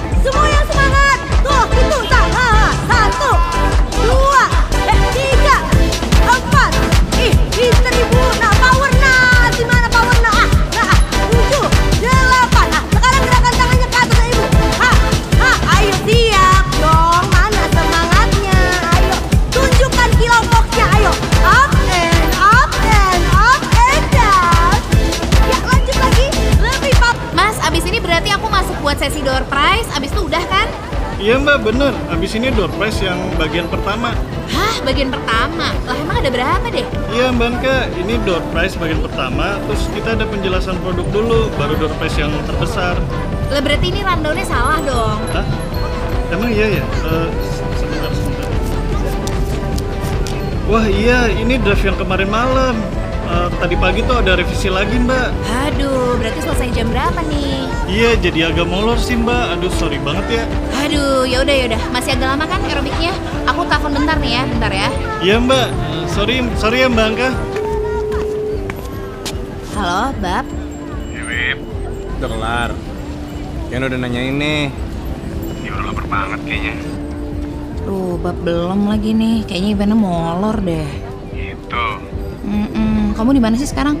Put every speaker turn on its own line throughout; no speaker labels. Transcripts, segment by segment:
eh, Nah, Ah, ya, kan?
Iya mbak, bener. Abis ini door prize yang bagian pertama.
Hah, bagian pertama? Lah emang ada berapa deh?
Iya mbak Anka, ini door prize bagian pertama. Terus kita ada penjelasan produk dulu, baru door prize yang terbesar.
Lah berarti ini rundownnya salah dong.
Hah? Emang iya ya? Eh, sebentar, sebentar. Wah iya, ini draft yang kemarin malam. Eh, tadi pagi tuh ada revisi lagi mbak.
Aduh, berarti selesai jam berapa nih?
Iya, jadi agak molor sih mbak. Aduh, sorry banget ya.
Aduh, yaudah yaudah, masih agak lama kan aerobiknya? Aku telepon bentar nih ya, bentar ya.
Iya mbak, Eh, sorry, sorry ya mbak Angka.
Halo, Bab.
Wiwip,
Udah kelar. Kan udah nanyain nih.
ini udah lapar banget kayaknya.
Duh, Bab belum lagi nih. Kayaknya eventnya molor deh.
Gitu.
Mm-mm. Kamu di mana sih sekarang?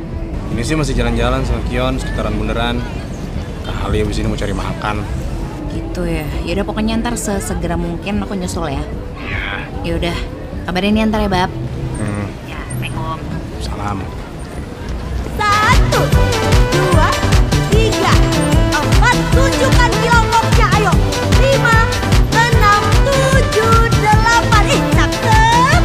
Ini sih masih jalan-jalan sama Kion sekitaran bundaran. Kali abis ini mau cari makan.
Gitu ya. Yaudah pokoknya ntar sesegera mungkin aku nyusul ya.
Iya,
Yaudah, kabarin ya ntar ya, Bab.
Hmm,
Ya, Assalamualaikum.
salam.
Satu, dua, tiga, empat, tunjukkan kilongoknya, ayo. Lima, enam, tujuh, delapan. Ih, cakep.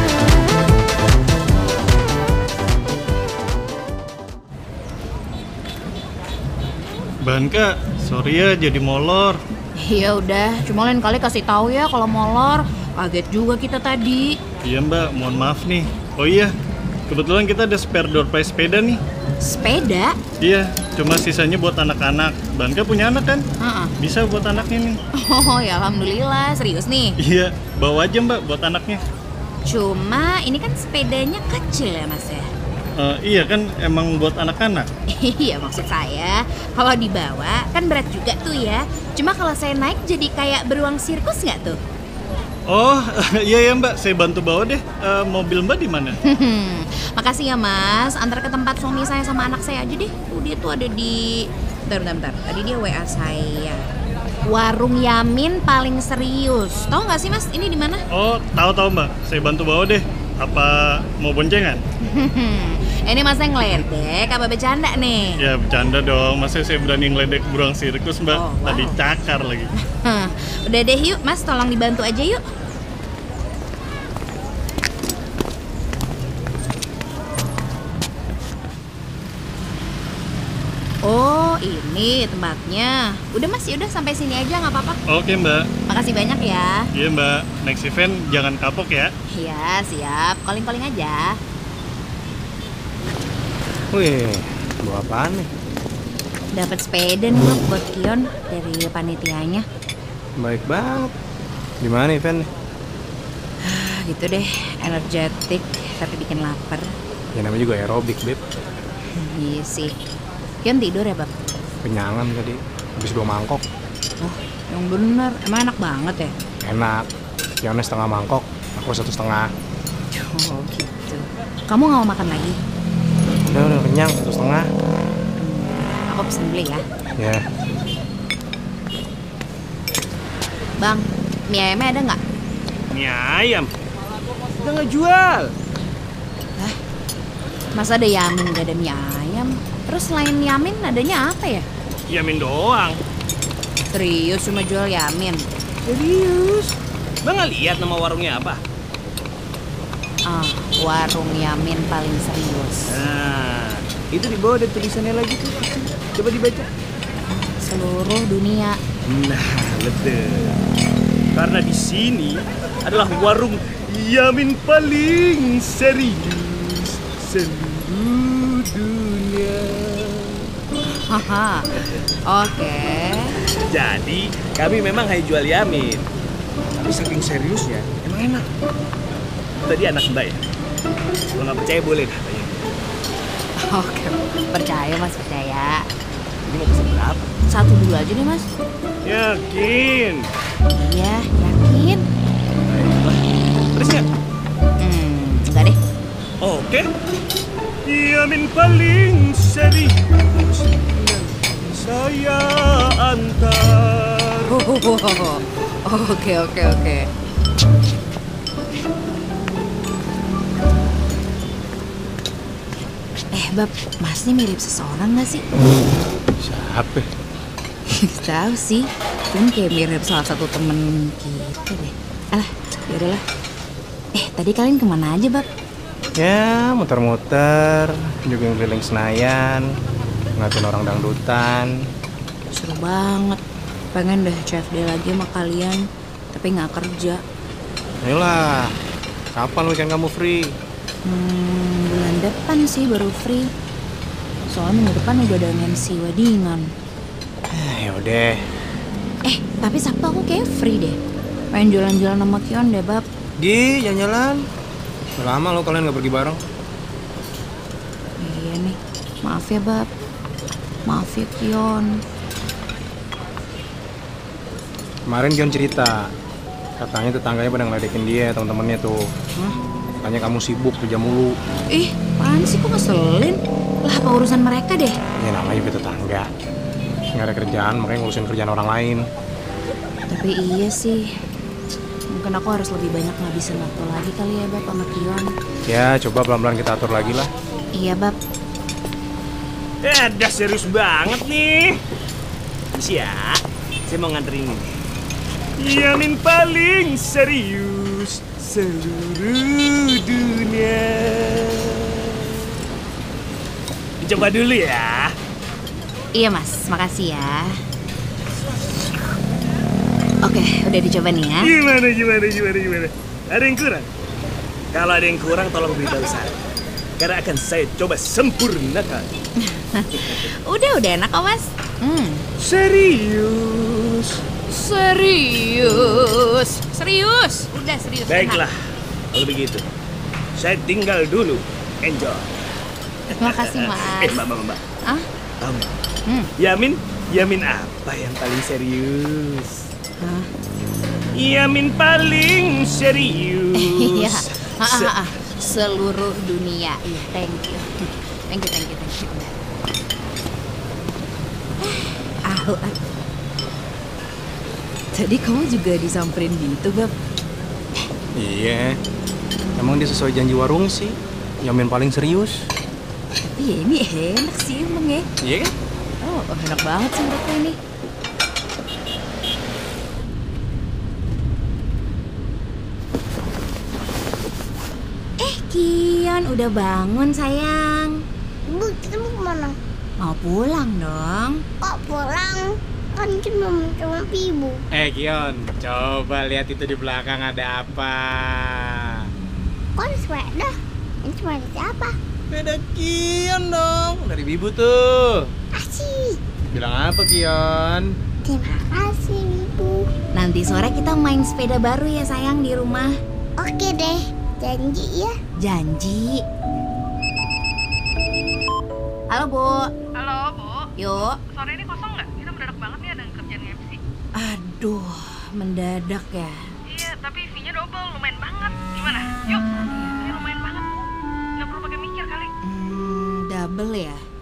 Mbak Anka, sorry ya jadi molor.
Iya udah, cuma lain kali kasih tahu ya kalau molor. Kaget juga kita tadi.
Iya mbak, mohon maaf nih. Oh iya, kebetulan kita ada spare door prize sepeda nih.
Sepeda?
Iya, cuma sisanya buat anak-anak. Bangka punya anak kan?
Heeh.
Bisa buat anaknya nih.
Oh ya alhamdulillah, serius nih.
Iya, bawa aja mbak buat anaknya.
Cuma ini kan sepedanya kecil ya mas ya?
Eh, iya kan emang buat anak-anak.
Iya maksud saya, kalau dibawa kan berat juga tuh ya. Cuma kalau saya naik jadi kayak beruang sirkus nggak tuh?
Oh iya ya mbak, saya bantu bawa deh. Eh, mobil mbak di mana?
Hmm, makasih ya mas, antar ke tempat suami saya sama anak saya aja deh. Tuh dia tuh ada di... Bentar, bentar, bentar. Tadi dia WA saya. Warung Yamin paling serius. Tahu nggak sih mas, ini di mana?
Oh tahu-tahu mbak, saya bantu bawa deh. Apa mau boncengan?
ini masnya ngeledek apa bercanda nih?
Ya bercanda dong, masa saya berani ngeledek burung sirkus mbak?
Oh, wow.
Tadi cakar lagi.
Hah, Hmm. Udah deh yuk mas, tolong dibantu aja yuk. Oh ini tempatnya. Udah mas, Ya udah sampai sini aja nggak apa-apa.
Oke mbak,
Makasih banyak ya.
iya mbak. Next event jangan kapok ya.
Iya, siap. Calling-calling aja.
Wih, bawa apaan nih?
Dapat sepeda nih Bab, buat Kion dari panitianya.
Baik banget. Di mana event?
Ah, gitu deh, energetik tapi bikin lapar.
Ya namanya juga aerobik, Beb.
Iya sih. Kion tidur ya, Bab?
Kenyangan tadi. Habis dua mangkok.
Oh, yang bener. Emang enak banget ya?
Enak. Kionnya setengah mangkok, aku satu setengah.
Oh, gitu. Kamu nggak mau makan lagi?
Udah, udah kenyang, satu setengah.
Aku pesen beli ya.
Ya,
Bang, mie ayamnya ada nggak?
Mie ayam.
Kita ngejual.
Masa ada yamin nggak ada mie ayam? Terus selain yamin adanya apa ya?
Yamin doang.
Serius cuma jual yamin?
Serius.
Bang lihat nama warungnya apa?
Ah, warung yamin paling serius.
Nah, itu di bawah ada tulisannya lagi tuh. Coba dibaca.
seluruh dunia.
Nah, betul.
Karena di sini adalah warung Yamin paling serius seluruh dunia.
Haha. Oke.
Jadi, kami memang hanya jual yamin. Tapi saking seriusnya, emang enak. Tadi anak mbak ya? Kalau nggak percaya boleh katanya.
Oke. Percaya Mas, percaya.
Ini mau pesen berapa?
Satu dulu aja nih Mas.
Yakin.
Iya, yakin.
Terus ya?
Hmm, enggak deh.
Oke.
Yamin paling serius saya antar.
Oh, Oke, oke, oke. Eh, Bab, Mas ini mirip seseorang gak sih?
siapa?
Tahu sih, Kion kayak mirip salah satu temen kita deh. Alah, yaudahlah. Eh, tadi kalian kemana aja, Bab?
Ya, muter-muter, juga keliling Senayan, ngeliatin orang dangdutan.
Seru banget. Pengen deh CFD lagi sama kalian, tapi nggak kerja.
Ayolah, kapan weekend kamu free?
Hmm, bulan depan sih baru free. Soalnya minggu depan udah ada MC weddingan.
Eh, yaudah.
Eh, tapi Sabtu aku kayak free deh. Pengen jalan-jalan sama Kion deh, Bab.
Gi, jalan-jalan. Udah lama lo kalian gak pergi bareng.
Iya nih, maaf ya, Bab. Maaf ya, Kion.
Kemarin Gion cerita, katanya tetangganya pada ngeledekin dia, teman-temannya tuh.
Hah?
Katanya kamu sibuk kerja mulu.
Ih, apaan sih kok ngeselin? Lah, apa urusan mereka deh?
Ya namanya juga tetangga. Nggak ada kerjaan, makanya ngurusin kerjaan orang lain.
Tapi iya sih. Mungkin aku harus lebih banyak ngabisin waktu lagi kali ya, Bab, sama Kion.
Ya, coba pelan-pelan kita atur lagi lah.
Iya, Bab.
Eh, dah serius banget nih. Misi ya, saya mau nganterin ini. Yamin paling serius seluruh dunia. Coba dulu ya.
Iya, Mas. Makasih ya. Oke, udah dicoba nih ya.
Gimana, gimana, gimana, gimana? Ada yang kurang? Kalau ada yang kurang, tolong beritahu saya. Karena akan saya coba sempurnakan.
Udah, udah enak kok, Mas. Hmm.
Serius.
Serius. Serius. Udah serius.
Baiklah, kalau begitu. Saya tinggal dulu. Enjoy.
enak. Makasih,
Eh,
Mas.
mbak, mbak, mbak.
Ah,
Tahu nggak?
hmm.
Yamin, Yamin ya apa yang paling serius?
Hah?
Yamin paling serius.
Iya. Ah, ah,
Se-
ah, ah. Seluruh dunia. Iya, thank you. Thank you, thank you, thank you. Ah, au, ah. Tadi kamu juga disamperin gitu, Bab.
Iya. Emang dia sesuai janji warung sih. Yamin paling serius.
Tapi ya ini enak sih emang ya.
Iya kan?
Oh, enak banget sih mereka ini. Eh, Kion udah bangun sayang.
Bu, kita mau kemana?
Mau pulang dong.
Kok pulang? Kan kita belum cuma ibu.
Eh Gion, coba lihat itu di belakang ada apa.
Kok ada sepeda? Ini cuma ada siapa?
Beda Kion dong, dari Bibu tuh.
Asyik.
Bilang apa Kion?
Terima kasih, ibu.
Nanti sore kita main sepeda baru ya sayang di rumah.
Oke deh, janji ya.
Janji. Halo, Bu.
Halo, Bu.
Yuk.
Sore ini kosong nggak? Kita mendadak banget nih ada kerjaan MC.
Aduh, mendadak ya.
Iya, tapi fee-nya double. Lumayan banget. Gimana? Yuk. Ini lumayan banget. Nggak perlu pakai mikir kali.
Hmm, double ya?